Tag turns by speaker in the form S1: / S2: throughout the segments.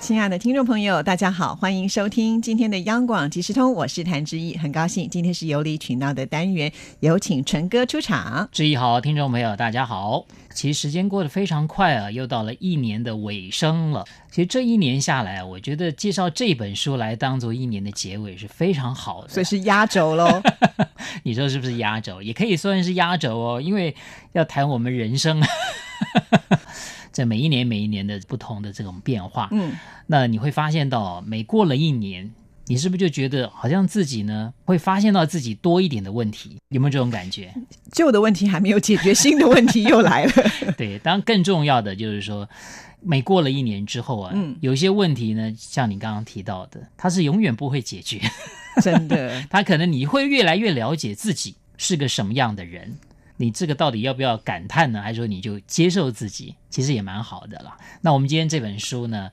S1: 亲爱的听众朋友，大家好，欢迎收听今天的央广即时通，我是谭志毅，很高兴今天是有理取闹的单元，有请纯哥出场。
S2: 志毅好，听众朋友大家好。其实时间过得非常快啊，又到了一年的尾声了。其实这一年下来，我觉得介绍这本书来当做一年的结尾是非常好的。
S1: 所以是压轴 喽，
S2: 你说是不是压轴？也可以算是压轴哦，因为要谈我们人 生。在每一年每一年的不同的这种变化，
S1: 嗯，
S2: 那你会发现到每过了一年，你是不是就觉得好像自己呢会发现到自己多一点的问题？有没有这种感觉？
S1: 旧的问题还没有解决，新的问题又 来了。
S2: 对，当然更重要的就是说，每过了一年之后啊，
S1: 嗯
S2: 有一些问题呢，像你刚刚提到的，它是永远不会解决，
S1: 真的，
S2: 它可能你会越来越了解自己是个什么样的人。你这个到底要不要感叹呢？还是说你就接受自己？其实也蛮好的啦。那我们今天这本书呢，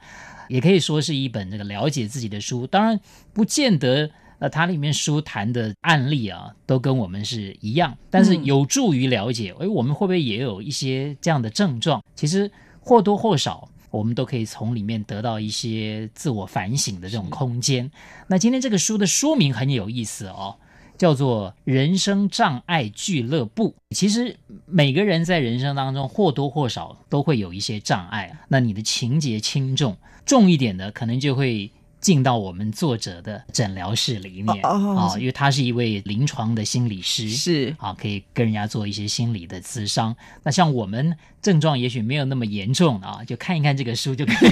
S2: 也可以说是一本这个了解自己的书。当然，不见得呃，它里面书谈的案例啊，都跟我们是一样，但是
S1: 嗯
S2: 有助于了解，诶，我们会不会也有一些这样的症状？其实或多或少。我们都可以从里面得到一些自我反省的这种空间。那今天这个书的书名很有意思哦，叫做“人生障碍俱乐部”。其实每个人在人生当中或多或少都会有一些障碍，啊那你的情节轻重重一点的，可能就会。进到我们作者的诊疗室里面
S1: 哦哦
S2: 哦，因为他是一位临床的心理师，
S1: 是
S2: 啊，可以跟人家做一些心理的咨商。那像我们症状也许没有那么严重啊，就看一看这个书就可以，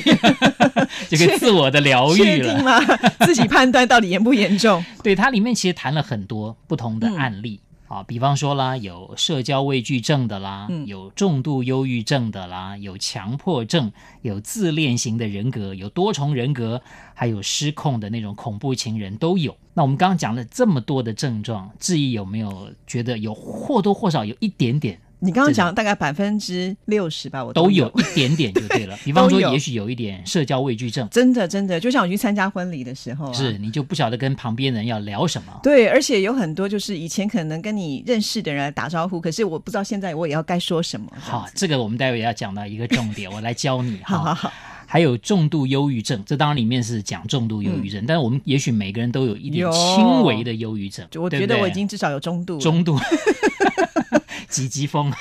S2: 就可以自我的疗愈
S1: 确定
S2: 了。
S1: 吗？自己判断到底严不严重？
S2: 对，它里面其实谈了很多不同的
S1: 嗯
S2: 案例。啊，比方说啦，有社交畏惧症的啦，
S1: 嗯
S2: 有重度忧郁症的啦，有强迫症，有自恋型的人格，有多重人格，还有失控的那种恐怖情人都有。那我们刚刚讲了这么多的症状，质疑有没有觉得有或多或少有一点点
S1: 你刚刚
S2: 这
S1: 讲大概百分之六十吧，我
S2: 都有
S1: 有。
S2: 一点点就 对了。比方说，
S1: 都有
S2: 也许有一点社交畏惧症，
S1: 真的，真的，就像我去参加婚礼的时候、啊，
S2: 是你就不晓得跟旁边人要聊什么。
S1: 对，而且有很多就是以前可能跟你认识的人来打招呼，可是我不知道现在我也要该说什么。
S2: 好，这个我们待会要讲到一个重点，我来教你
S1: 好好
S2: 哈。
S1: 好，
S2: 还有重度忧郁症，这当然里面是讲重度忧郁症，但是我们也许每个人都有一点
S1: 嗯有
S2: 轻微的忧郁症，
S1: 就我
S2: 对不
S1: 觉得
S2: 对
S1: 我已经至少有中度了
S2: 中度， 急急风，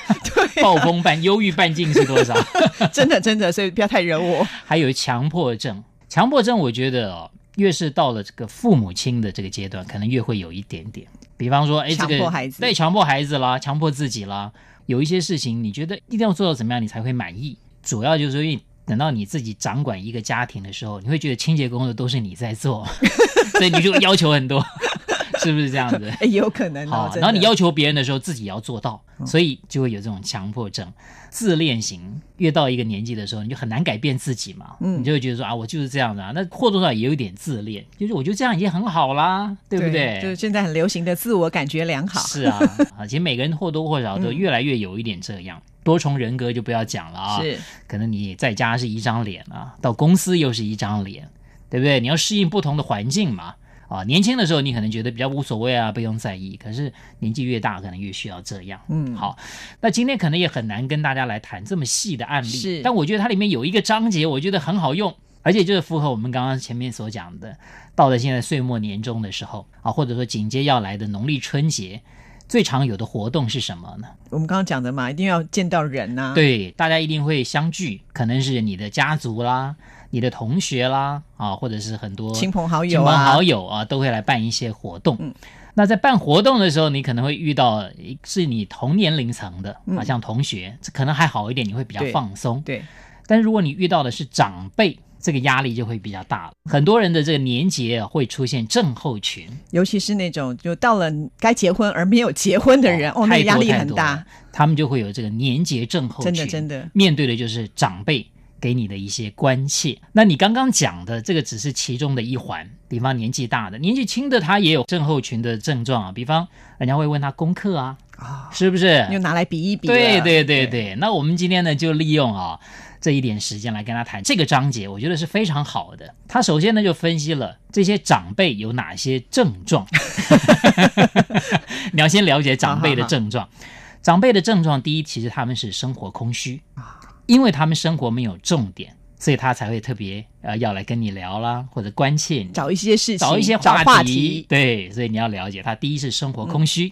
S2: 暴风半忧郁半径是多少？
S1: 真的真的，所以不要太惹 我。
S2: 还有强迫症。强迫症，我觉得哦，越是到了这个父母亲的这个阶段，可能越会有一点点。比方说，哎，这
S1: 强
S2: 个
S1: 迫孩子
S2: 对强迫孩子啦，强迫自己啦，有一些事情你觉得一定要做到怎么样，你才会满意。主要就是因为等到你自己掌管一个家庭的时候，你会觉得清洁工作都是你在做， 所以你就要求很多， 是不是这样子？
S1: 哎，有可能哦
S2: 好，，
S1: 真
S2: 然后你
S1: 的嗯
S2: 要求别人的时候，自己也要做到，所以就会有这种强迫症、自恋型。越到一个年纪的时候，你就很难改变自己嘛，
S1: 嗯
S2: 你就会觉得说啊，我就是这样的、啊，那或多或少也有一点自恋，就是我觉得这样已经很好啦，对不对？
S1: 就是现在很流行的自我感觉良好，嗯
S2: 是啊，啊，其实每个人或多或少都越来越有一点这样。多重人格就不要讲了啊，
S1: 是
S2: 可能你在家是一张脸啊，到公司又是一张脸，对不对？你要适应不同的环境嘛。啊，年轻的时候你可能觉得比较无所谓啊，不用在意。可是年纪越大，可能越需要这样。
S1: 嗯
S2: 好，那今天可能也很难跟大家来谈这么细的案例，
S1: 是
S2: 但我觉得它里面有一个章节，我觉得很好用，而且就是符合我们刚刚前面所讲的，到了现在岁末年终的时候啊，或者说紧接要来的农历春节，最常有的活动是什么呢？
S1: 我们刚刚讲的嘛，一定要见到人啊呐、，
S2: 对，大家一定会相聚，可能是你的家族啦、你的同学啦，啊，或者是很多
S1: 亲朋好
S2: 亲
S1: 友
S2: 朋
S1: 啊，嗯
S2: 好友啊，都会来办一些活动。那在办活动的时候，你可能会遇到一是你同年龄层的，啊，
S1: 嗯
S2: 像同学，这可能还好一点，你会比较
S1: 对
S2: 放松。
S1: 对，
S2: 但如果你遇到的是长辈，这个压力就会比较大了。很多人的这个年节啊会出现症候群，
S1: 尤其是那种就到了该结婚而没有结婚的人，哦，那
S2: 太
S1: 个
S2: 多
S1: 压力
S2: 太
S1: 很
S2: 多
S1: 大
S2: 了，他们就会有这个年节症候群，
S1: 真的真的
S2: 面对的就是长辈给你的一些关切。那你刚刚讲的这个只是其中的一环，比方年纪大的、年纪轻的，他也有症候群的症状啊。比方人家会问他功课啊，
S1: 啊，
S2: 是不是？
S1: 又拿来比一比了。
S2: 对对对对，那我们今天呢就利用啊、这一点时间来跟他谈这个章节，我觉得是非常好的。他首先呢就分析了这些长辈有哪些症状， 你要先了解长辈的症状。长辈的症状，第一，其实他们是生活空虚，
S1: 啊
S2: 因为他们生活没有重点，所以他才会特别呃要来跟你聊啦，或者关切你。
S1: 找一些事情，
S2: 找一些
S1: 找
S2: 话
S1: 话嗯
S2: 对，所以你要了解他。第一是生活空虚，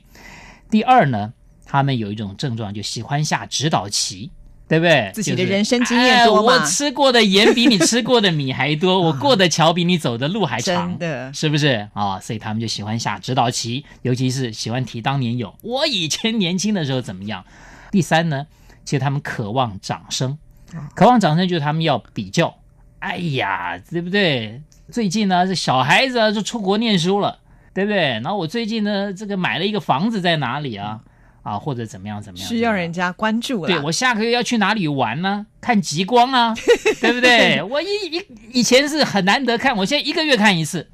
S2: 第二呢，他们有一种症状，就喜欢下指导棋，对不对？
S1: 自己的
S2: 就是
S1: 人生经验多嘛
S2: 哎我吃过的盐比你吃过的米还多，我过的桥比你走的路 还
S1: 真
S2: 长。
S1: 的
S2: 是不是啊、所以他们就喜欢下指导棋，尤其是喜欢提当年勇，我以前年轻的时候怎么样。第三呢，其实他们渴望掌声，
S1: 啊
S2: 渴望掌声就是他们要比较。哎呀，对不对？最近呢，这小孩子啊，就出国念书了，对不对？然后我最近呢，这个买了一个房子在哪里啊？啊，或者怎么样怎么样？
S1: 需要
S2: 怎么样
S1: 人家关注啦。
S2: 对我下个月要去哪里玩呢？看极光 啊，对不对？我一一以前是很难得看，我现在一个月看一次，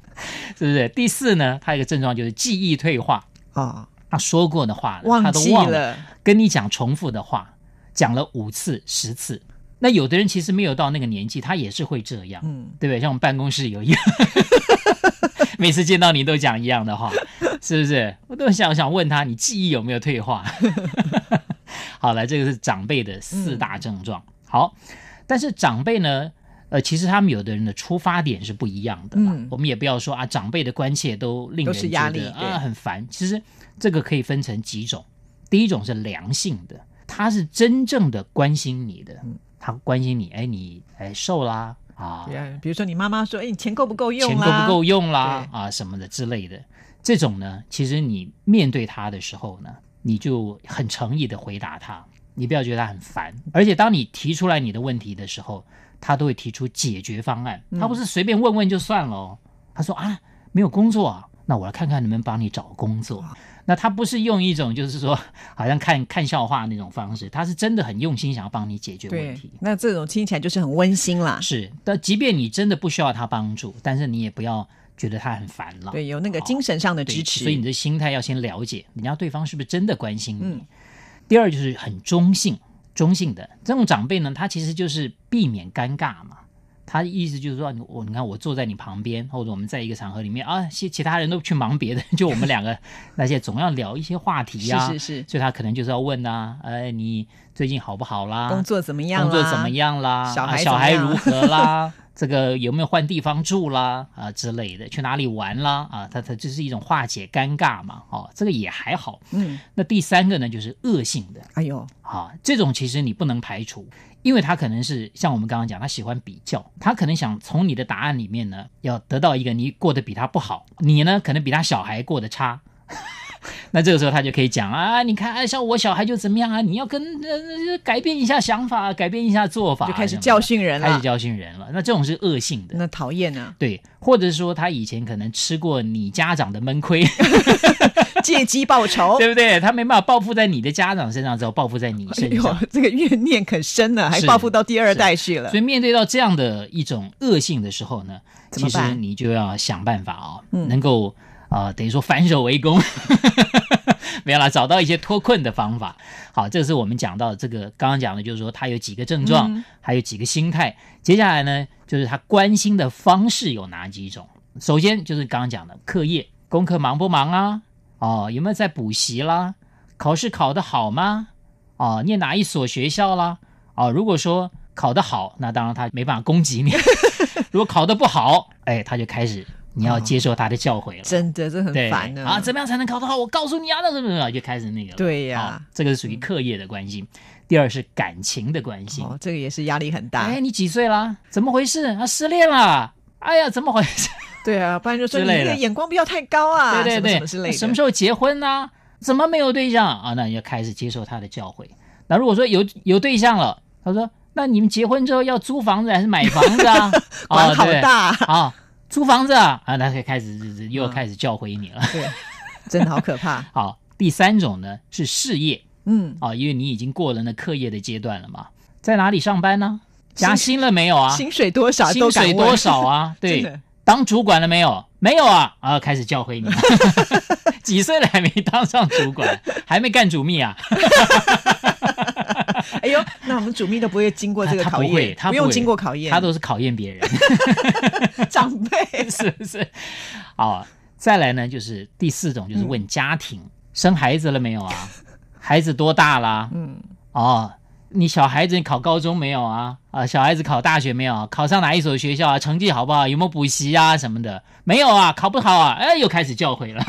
S2: 是不是？第四呢，他有一个症状就是记忆退化，
S1: 哦，
S2: 他说过的话
S1: 忘
S2: 他都
S1: 记
S2: 忘
S1: 了，
S2: 跟你讲重复的话，讲了五次、十次。那有的人其实没有到那个年纪，他也是会这样，
S1: 嗯
S2: 对不对？像我们办公室有一个， 每次见到你都讲一样的话，是不是？我都想想问他，你记忆有没有退化？ 好了，这个是长辈的
S1: 嗯
S2: 四大症状。好，但是长辈呢，呃，其实他们有的人的出发点是不一样的啦。
S1: 嗯
S2: 我们也不要说啊，长辈的关切都令
S1: 都
S2: 人
S1: 是压
S2: 觉得
S1: 力对
S2: 啊很烦。其实这个可以分成几种，第一种是良性的，他是真正的关心你的，
S1: 嗯
S2: 他关心你，哎，你哎瘦啦啊，
S1: 对比如说你妈妈说：“哎，你钱够不够用
S2: 钱够
S1: 啦？
S2: 不够用啦啊什么的之类的。这种呢，其实你面对他的时候呢，你就很诚意的回答他，你不要觉得他很烦。而且当你提出来你的问题的时候，他都会提出解决方案，他不是随便问问就算了、哦。他说啊，没有工作啊，那我来看看能不能帮你找工作。那他不是用一种就是说好像看看笑话那种方式，他是真的很用心想要帮你解决问
S1: 对
S2: 题。，
S1: 那这种听起来就是很温馨啦。
S2: 是，但即便你真的不需要他帮助，但是你也不要觉得他很烦了。
S1: 对，有那个
S2: 啊好
S1: 精神上的
S2: 对
S1: 支持。
S2: 所以你的心态要先了解，人家对方是不是真的关心你。
S1: 嗯
S2: 第二就是很中性，中性的这种长辈呢，他其实就是避免尴尬嘛。他的意思就是说，你我你看我坐在你旁边，或者我们在一个场合里面啊，其其他人都去忙别的，就我们 两个那些总要聊一些话题呀、
S1: 是是是，
S2: 所以他可能就是要问呐、哎，你最近好不好啦？
S1: 工作怎么样啦？
S2: 工作怎么？样啦？
S1: 小孩
S2: 啊、
S1: 怎
S2: 小
S1: 么
S2: 孩
S1: 样
S2: 如何啦？ 这个有没有换地方住啦？啊之类的，去哪里玩啦？啊，它它就是一种化解尴尬嘛。哦，这个也还好。
S1: 嗯，
S2: 那第三个呢，就是恶性的
S1: 哎呦，
S2: 啊，这种其实你不能排除，因为他可能是像我们刚刚讲，他喜欢比较，他可能想从你的答案里面呢，要得到一个你过得比他不好，你呢可能比他小孩过得差。 那这个时候他就可以讲啊，你看，啊，像我小孩就怎么样啊，你要跟呃呃改变一下想法，改变一下做法，
S1: 就开始
S2: 什么的
S1: 教训人
S2: 开始
S1: 了，
S2: 教训人了。那这种是恶性的，
S1: 那讨厌啊，
S2: 对，或者说他以前可能吃过你家长的闷亏，
S1: 借机报仇。
S2: 对不对？他没办法报复在你的家长身上，只好报复在你
S1: 哎
S2: 身
S1: 呦
S2: 上。，
S1: 这个怨念可深啊了，还报复到第二代去了
S2: 所。以面对到这样的一种恶性的时候呢，
S1: 怎
S2: 其
S1: 么办
S2: 实你就要想办法啊、
S1: 嗯
S2: 能够啊、呃等于说反手为攻， 没有啦，找到一些脱困的方法。好，这是我们讲到这个刚刚讲的，就是说他有几个症状，
S1: 嗯
S2: 还有几个心态。接下来呢，就是他关心的方式有哪几种？首先就是刚刚讲的课业，功课忙不忙啊？哦，有没有在补习啦？考试考得好吗？哦，念哪一所学校啦？哦，如果说考得好，那当然他没办法攻击你；如果考得不好，哎，他就开始你要接受他的教诲了。
S1: 真的，这很
S2: 对
S1: 烦呢。
S2: 啊！怎么样才能考得好？我告诉你啊，那怎么怎么就开始那个了。
S1: 对呀哦
S2: 好这个是属于课业的关心。第二是感情的关心。
S1: 哦，这个也是压力很大。
S2: 哎，你几岁啦？怎么回事？啊，失恋啦！哎呀，怎么回事？
S1: 对啊，不然就说
S2: 之
S1: 你
S2: 类
S1: 那个
S2: 的
S1: 眼光不要太高啊，什
S2: 对对对，
S1: 么什么之类的。
S2: 什么时候结婚呢、怎么没有对象啊？那你就开始接受他的教诲。那如果说有有对象了，他说：“那你们结婚之后要租房子还是买房 子啊？”
S1: 管好
S2: 啊对
S1: 大啊，
S2: 啊，租房子啊，啊，那就开始又
S1: 嗯
S2: 开始教诲你了。
S1: 对，真的好可怕。
S2: 好，第三种呢是事业
S1: 嗯，
S2: 啊，因为你已经过了那课业的阶段了嘛，在哪里上班呢？加薪了没有啊？
S1: 薪水多少都
S2: 薪
S1: 敢
S2: 水
S1: 问
S2: 多少？啊？
S1: 真
S2: 对
S1: 的，
S2: 当主管了没有？没有啊，啊，开始教诲你， 几岁了还没当上主管，还没干主秘啊？
S1: 哎呦，那我们主秘都不会经过这个
S2: 他他
S1: 考
S2: 不会，
S1: 验，
S2: 他不
S1: 用
S2: 会
S1: 经过考验，
S2: 他都是考验别人，
S1: 长辈
S2: 是不是？啊，再来呢，就是第四种，就是问家庭、
S1: 嗯
S2: 生孩子了没有啊？孩子多大啦？
S1: 嗯，
S2: 哦，你小孩子你考高中没有啊？啊，小孩子考大学没有？啊考上哪一所学校啊？成绩好不好？有没有补习啊什么的？没有啊，考不好啊？哎，又开始教诲了。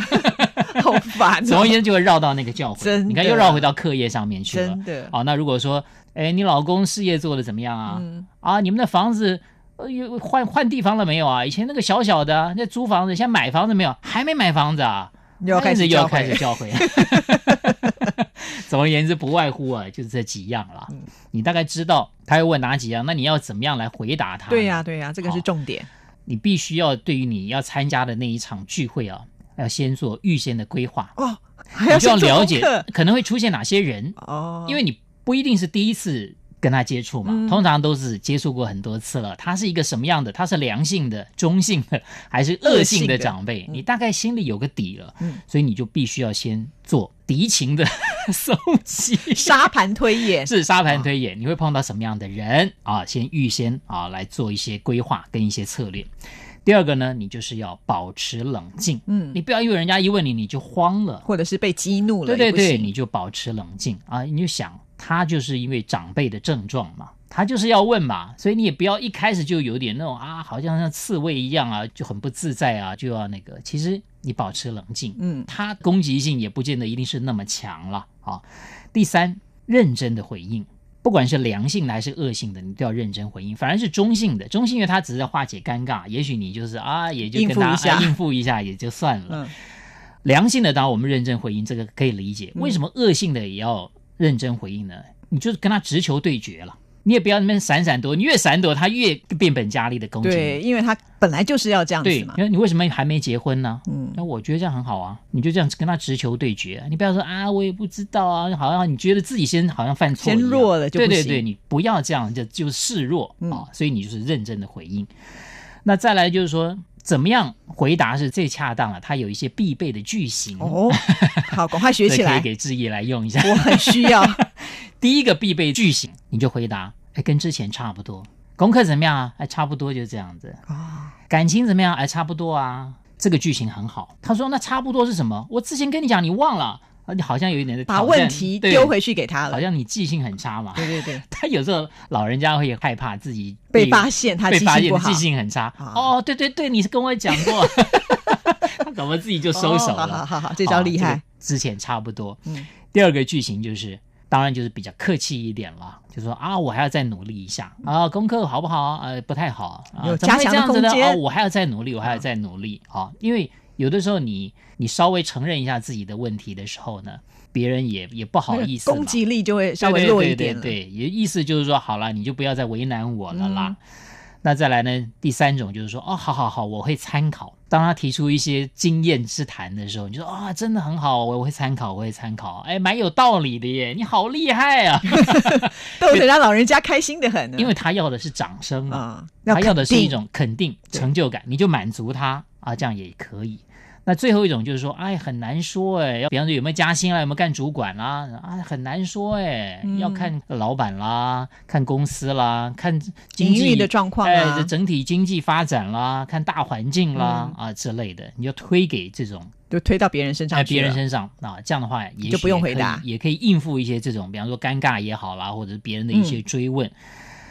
S1: 好烦
S2: 总而
S1: 哦，
S2: 言之，就会绕到那个教诲
S1: 真。的
S2: 你看，又绕回到课业上面去了啊
S1: 真。的，
S2: 好、那如果说，哎，你老公事业做的怎么样啊？
S1: 嗯，
S2: 啊，你们的房子。呃，有换换地方了没有啊？以前那个小小的，那租房子，现在买房子没有？还没买房子啊？
S1: 又要开始
S2: 又要
S1: 教
S2: 开始
S1: 诲，
S2: 教诲。 总而言之，不外乎啊，就是这几样了。
S1: 嗯
S2: 你大概知道他要问哪几样，那你要怎么样来回答他？
S1: 对呀、对呀、这个是
S2: 好
S1: 重点，
S2: 你必须要对于你要参加的那一场聚会啊，要先做预先的规划，
S1: 哦，还
S2: 你
S1: 要
S2: 就要
S1: 先做
S2: 了
S1: 功
S2: 解
S1: 课
S2: 可能会出现哪些人，
S1: 哦，
S2: 因为你不一定是第一次跟他接触嘛，
S1: 嗯
S2: 通常都是接触过很多次了。他是一个什么样的？他是良性的、中性的，还是恶性的长辈？你大概心里有个底了，
S1: 嗯
S2: 所以你就必须要先做敌情的 搜集。
S1: 沙盘推演，
S2: 是沙盘推演，你会碰到什么样的人啊？先预先啊来做一些规划跟一些策略。第二个呢，你就是要保持冷静，
S1: 嗯，
S2: 你不要因为人家一问你你就慌了，
S1: 或者是被激怒了，
S2: 对对
S1: 也
S2: 对，
S1: 不行
S2: 你就保持冷静啊！你就想，他就是因为长辈的症状嘛，他就是要问嘛，所以你也不要一开始就有点那种啊，好像像刺猬一样啊，就很不自在啊，就要那个。其实你保持冷静，
S1: 嗯，
S2: 他攻击性也不见得一定是那么强了啊。第三，认真的回应。不管是良性的还是恶性的，你都要认真回应。反而是中性的，中性因为它只是在化解尴尬，也许你就是啊，也就
S1: 应
S2: 跟
S1: 付
S2: 他
S1: 一下
S2: 哎应付一下也就算了。
S1: 嗯，
S2: 良性的，当然我们认真回应，这个可以理解。
S1: 嗯
S2: 为什么恶性的也要认真回应呢？你就是跟他直球对决了，你也不要那边闪闪躲，你越闪躲，他越变本加厉的攻击
S1: 对，
S2: 你。
S1: 因为他本来就是要这样
S2: 对
S1: 子嘛，，
S2: 那你为什么还没结婚呢？
S1: 嗯，
S2: 那我觉得这样很好啊，你就这样跟他直球对决，你不要说啊，我也不知道啊，好像你觉得自己先好像犯错一样，
S1: 先弱了就不
S2: 对对
S1: 行
S2: 对，你不要这样，就就示弱啊、
S1: 嗯
S2: 所以你就是认真的回应。那再来就是说，怎么样回答是最恰当了？它有一些必备的句型
S1: 哦，好，赶快学
S2: 这
S1: 起
S2: 可以
S1: 来，
S2: 给志毅来用一下。
S1: 我很需要，
S2: 第一个必备句型，你就回答，哎，跟之前差不多。功课怎么样啊？哎，差不多就这样子。
S1: 哦，
S2: 感情怎么样？哎，差不多啊。这个句型很好。他说，那差不多是什么？我之前跟你讲，你忘了。啊，你好像有一点在
S1: 把
S2: 挑战
S1: 问题
S2: 对
S1: 丢回去给他
S2: 好
S1: 了，
S2: 像你记性很差嘛。
S1: 对对对，
S2: 他有时候老人家会害怕自己
S1: 被发现他
S2: 被
S1: 记
S2: 发
S1: 性
S2: 现
S1: 不好
S2: 记，性很差。
S1: 啊
S2: 哦，对对对，你是跟我讲过， 他怎么自己就收手
S1: 哦好好
S2: 了？
S1: 好好，这招厉
S2: 啊
S1: 害
S2: 这个，之前差不多。
S1: 嗯
S2: 第二个句型就是，当然就是比较客气一点了，就说啊，我还要再努力一下啊，功课好不好啊？呃，不太好啊，
S1: 有
S2: 怎么
S1: 加
S2: 会
S1: 强的
S2: 这样子呢？
S1: 空间
S2: 哦，我还要再努力，我还要再努力啊，因为有的时候你你稍微承认一下自己的问题的时候呢，别人也也不好意思
S1: 那
S2: 嘛
S1: 个攻击力就会稍微弱一点了
S2: 对对对对对，也意思就是说，好了，你就不要再为难我了
S1: 嗯
S2: 啦。那再来呢？第三种就是说，哦，好好好，我会参考。当他提出一些经验之谈的时候，你就说啊、真的很好，我我会参考，我会参考。哎，蛮有道理的耶，你好厉害啊！
S1: 嗯逗得让老人家开心的很呢，
S2: 因为他要的是掌声嘛，
S1: 啊，
S2: 他要的是
S1: 肯
S2: 一
S1: 定
S2: 种肯定、
S1: 对
S2: 成就感，你就满足他啊，这样也可以。那最后一种就是说，哎，很难说哎，要比方说有没有加薪啦，有没有干主管啦，啊，很难说哎，
S1: 嗯
S2: 要看老板啦，看公司啦，看经
S1: 营
S2: 济
S1: 运的状况
S2: 哎，
S1: 啊
S2: 这，整体经济发展啦，看大环境啦、
S1: 嗯
S2: 啊之类的，你就推给这种
S1: 就推到别人身
S2: 在
S1: 上去
S2: 别人
S1: 了
S2: 身上啊，这样的话也
S1: 就不用回
S2: 许也可以
S1: 答
S2: 也可以应付一些这种，比方说尴尬也好啦，或者是别人的一
S1: 嗯
S2: 些追问。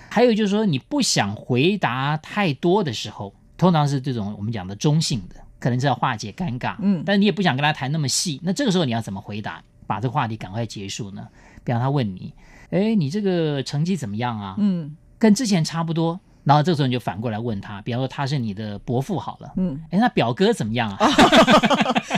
S2: 还有就是说，你不想回答太多的时候，通常是这种我们讲的中性的，可能是要化解尴尬，
S1: 嗯
S2: 但你也不想跟他谈那么细，那这个时候你要怎么回答，把这个话题赶快结束呢？比方他问你，哎，你这个成绩怎么样啊？
S1: 嗯
S2: 跟之前差不多。然后这个时候你就反过来问他，比方说他是你的伯父好了，
S1: 嗯，哦
S2: 哎，那表哥怎么样啊？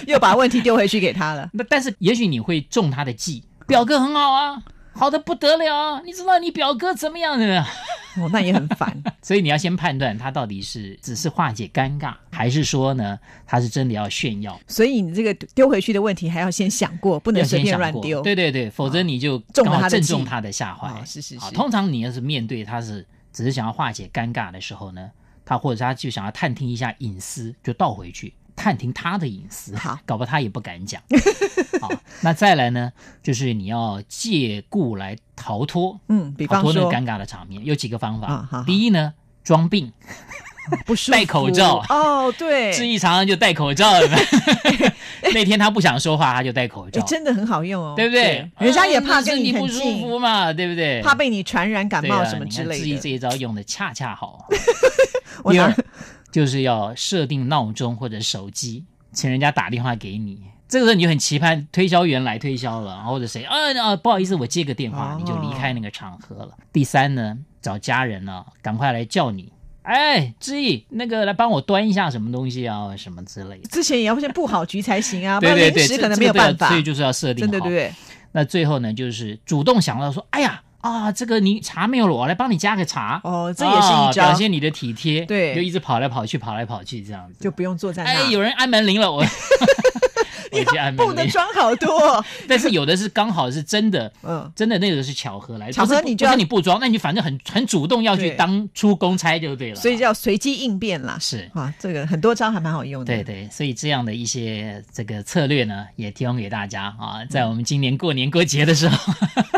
S1: 又把问题丢回去给他了，
S2: 那但是也许你会中他的计，表哥很好啊，好的不得了啊，你知道你表哥怎么样的？
S1: 哦，那也很烦，
S2: 所以你要先判断他到底是只是化解尴尬，还是说呢他是真的要炫耀，
S1: 所以你这个丢回去的问题还要先想过，不
S2: 要
S1: 能随
S2: 先
S1: 便
S2: 想
S1: 乱
S2: 过
S1: 丢，啊
S2: 对对对，否则你就
S1: 中
S2: 刚
S1: 了他
S2: 好
S1: 的
S2: 正
S1: 计
S2: 中他的下怀。
S1: 啊，是是
S2: 好，
S1: 是，
S2: 通常你要是面对他是只是想要化解尴尬的时候呢，他或者他就想要探听一下隐私，就倒回去探听他的隐私。
S1: 好，
S2: 搞不好他也不敢讲。 好，那再来呢，就是你要借故来逃脱，
S1: 嗯，比
S2: 逃
S1: 方
S2: 脱那
S1: 说
S2: 个尴尬的场面，有几个方法。
S1: 啊好好
S2: 第一呢，装病，
S1: 不舒服
S2: 戴口罩
S1: 哦，对，
S2: 志毅常常就戴口罩。有没 有那天他不想说话，他就戴口
S1: 哎
S2: 罩，
S1: 真的很好用哦，
S2: 对不对？
S1: 人家也怕
S2: 嗯就是
S1: 跟
S2: 你
S1: 很
S2: 不舒
S1: 近，
S2: 服嘛，对不对？
S1: 怕被你传染感
S2: 对
S1: 冒
S2: 啊
S1: 什么之
S2: 你看志
S1: 类
S2: 毅这
S1: 的。
S2: 一招用的恰恰好。
S1: 我
S2: 第
S1: 拿
S2: 二，就是要设定闹钟或者手机，请人家打电话给你。这个时候你就很期盼推销员来推销了，或者谁啊啊，不好意思，我接个电话
S1: 哦，
S2: 你就离开那个场合了。第三呢，找家人呢、赶快来叫你。哎，志毅，那个来帮我端一下什么东西啊，什么之类的。
S1: 之前也要先布好局才行啊，不
S2: 对
S1: 然
S2: 对
S1: 临
S2: 对，
S1: 时
S2: 这
S1: 可能没有
S2: 这个都要
S1: 办法，
S2: 所以就是要设定
S1: 真
S2: 好。
S1: 的对不对？
S2: 那最后呢，就是主动想到说，哎呀啊，这个你茶没有了，我来帮你加个茶。
S1: 哦这也是一
S2: 啊
S1: 招
S2: 表现你的体贴。
S1: 对
S2: 就一直跑来跑去，跑来跑去这样子。
S1: 就不用坐在
S2: 哎，
S1: 那，
S2: 有人按门铃了，我 我去按
S1: 布
S2: 门
S1: 的
S2: 铃。
S1: 妆好多哦，
S2: 但是有的是刚好是真的，
S1: 嗯，
S2: 真的那个是巧合来的。
S1: 巧合
S2: 不是不
S1: 你就要
S2: 不是你不装，那你反正很很主动要去
S1: 对
S2: 当出公差就对了。
S1: 所以叫随机应变啦。
S2: 是。
S1: 哇，这个很多招还蛮好用的。
S2: 对对，所以这样的一些这个策略呢，也提供给大家啊，
S1: 嗯
S2: 在我们今年过年过节的 时候，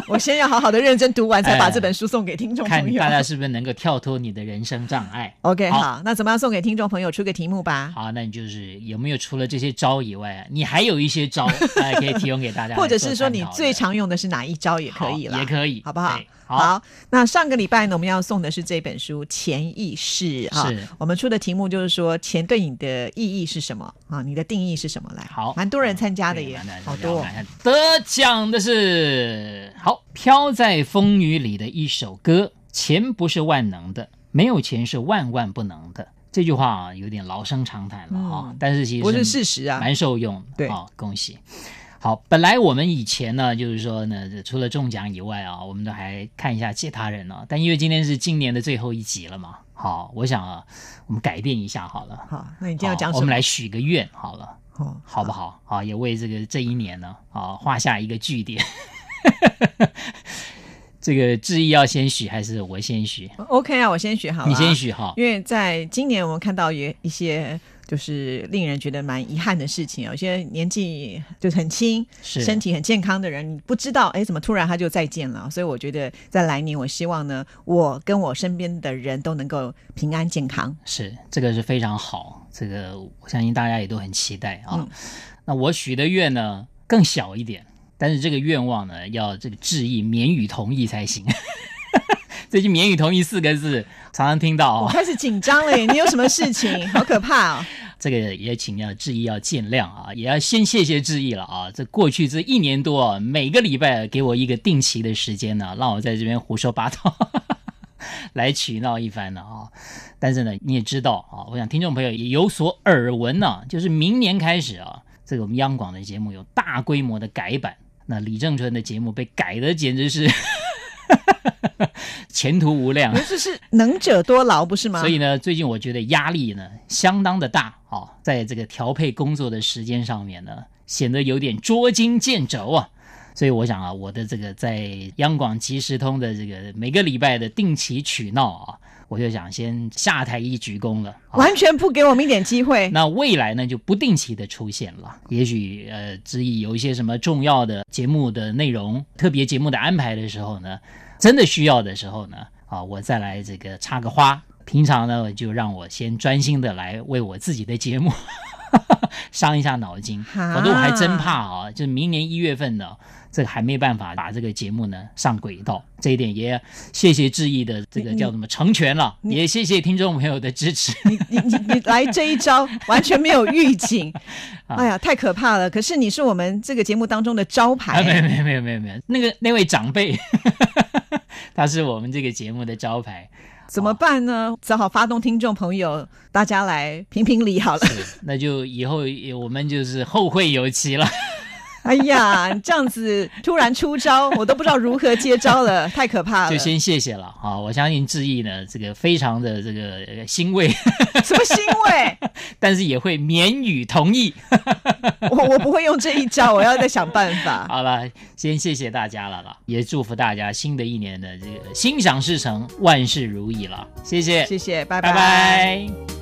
S1: 我先要好好的认真读完，才把这本书送给听众
S2: 哎看
S1: 朋友
S2: 大。家是不是能够跳脱你的人生障碍。
S1: OK，
S2: 好
S1: 好，那怎么样送给听众朋友出个题目吧，
S2: 好，那你就是有没有除了这些招以外，啊你还有一些 招，哎，可以提供给大家来做参考的，
S1: 或者是说你最常用的是哪一招也可以
S2: 好
S1: 啦，
S2: 也可以，
S1: 好不好
S2: 对？好，
S1: 好，那上个礼拜呢，我们要送的是这本书《潜意识》啊
S2: 是。
S1: 我们出的题目就是说，钱对你的意义是什么啊？你的定义是什么？来，
S2: 好
S1: 蛮多人参加的
S2: 对
S1: 耶
S2: 蛮难，
S1: 好
S2: 参加我
S1: 多
S2: 看看得奖的是好飘在风雨里的一首歌，钱不是万能的，没有钱是万万不能的。这句话啊，有点老生常谈了啊、
S1: 嗯
S2: 但是其实
S1: 不是事实啊。
S2: 蛮受用的。
S1: 对
S2: 好、恭喜。好，本来我们以前呢，就是说呢，这除了中奖以外啊，我们都还看一下其他人呢、但因为今天是今年的最后一集了嘛，好，我想啊，我们改变一下好了。
S1: 好，那你今天要讲
S2: 好
S1: 什
S2: 我
S1: 么
S2: 们？来许个愿好了，
S1: 哦
S2: 好不好？啊，也为这个这一年呢，啊，画下一个句点。 这个志毅要先许还是我先许？
S1: ，OK 啊，我先学好了。
S2: 你先许哈。
S1: 因为在今年我们看到有一些就是令人觉得蛮遗憾的事情，有些年纪就是很轻，
S2: 是
S1: 身体很健康的人，你不知道哎，怎么突然他就再见了？所以我觉得在来年，我希望呢，我跟我身边的人都能够平安健康。
S2: 是，这个是非常好，这个我相信大家也都很期待啊。
S1: 嗯
S2: 那我许的愿呢更小一点，但是这个愿望呢要这个致意免予同意才行。 最近“免予同意”四个字常常听到
S1: 我
S2: 哦，
S1: 开始紧张 了耶，你有什么事情？好可怕哦！
S2: 这个也请要致意要见谅啊，也要先谢谢致意了啊。这过去这一年多啊，每个礼拜给我一个定期的时间呢，让我在这边胡说八道。 来取闹一番呢啊！但是呢，你也知道啊，我想听众朋友也有所耳闻呢、就是明年开始啊，这个我们央广的节目有大规模的改版。那李正淳的节目被改的简直是 前途无量，
S1: 就是能者多劳，不是吗？
S2: 所以呢，最近我觉得压力呢相当的大啊、在这个调配工作的时间上面呢，显得有点捉襟见肘啊。所以我想啊，我的这个在央广即时通的这个每个礼拜的定期取闹啊，我就想先下台一鞠躬了。啊
S1: 完全不给我们一点机 会。
S2: 那未来呢，就不定期的出现了。也许呃，之意有一些什么重要的节目的内容、特别节目的安排的时候呢，真的需要的时候呢，啊，我再来这个插个花。平常呢，就让我先专心的来为我自己的节目 伤一下脑筋，
S1: 啊
S2: 否则我还真怕啊，就是明年一月份呢，这个还没办法把这个节目呢上轨道。这一点也谢谢志毅的这个叫什么成全了，也谢谢听众朋友的支持。
S1: 你你你你来这一招，完全没有预 警，
S2: 啊
S1: 哎呀，太可怕了！可是你是我们这个节目当中的招
S2: 啊，没
S1: 牌，
S2: 有没有没有没有没有，那个那位长辈，他是我们这个节目的招牌。
S1: 怎么办呢？只好发动听众朋友，大家来评评理好了。
S2: 那就以后也我们就是后会有期了。
S1: 哎呀，你这样子突然出招，我都不知道如何接招了，太可怕了。
S2: 就先谢谢了啊！我相信志毅呢，这个非常的这个呃欣慰，
S1: 什么欣慰？
S2: 但是也会免予同意。
S1: 我我不会用这一招，我要再想办法。
S2: 好了，先谢谢大家了啦，也祝福大家新的一年的这个心想事成，万事如意了。谢谢，
S1: 谢谢，拜
S2: 拜拜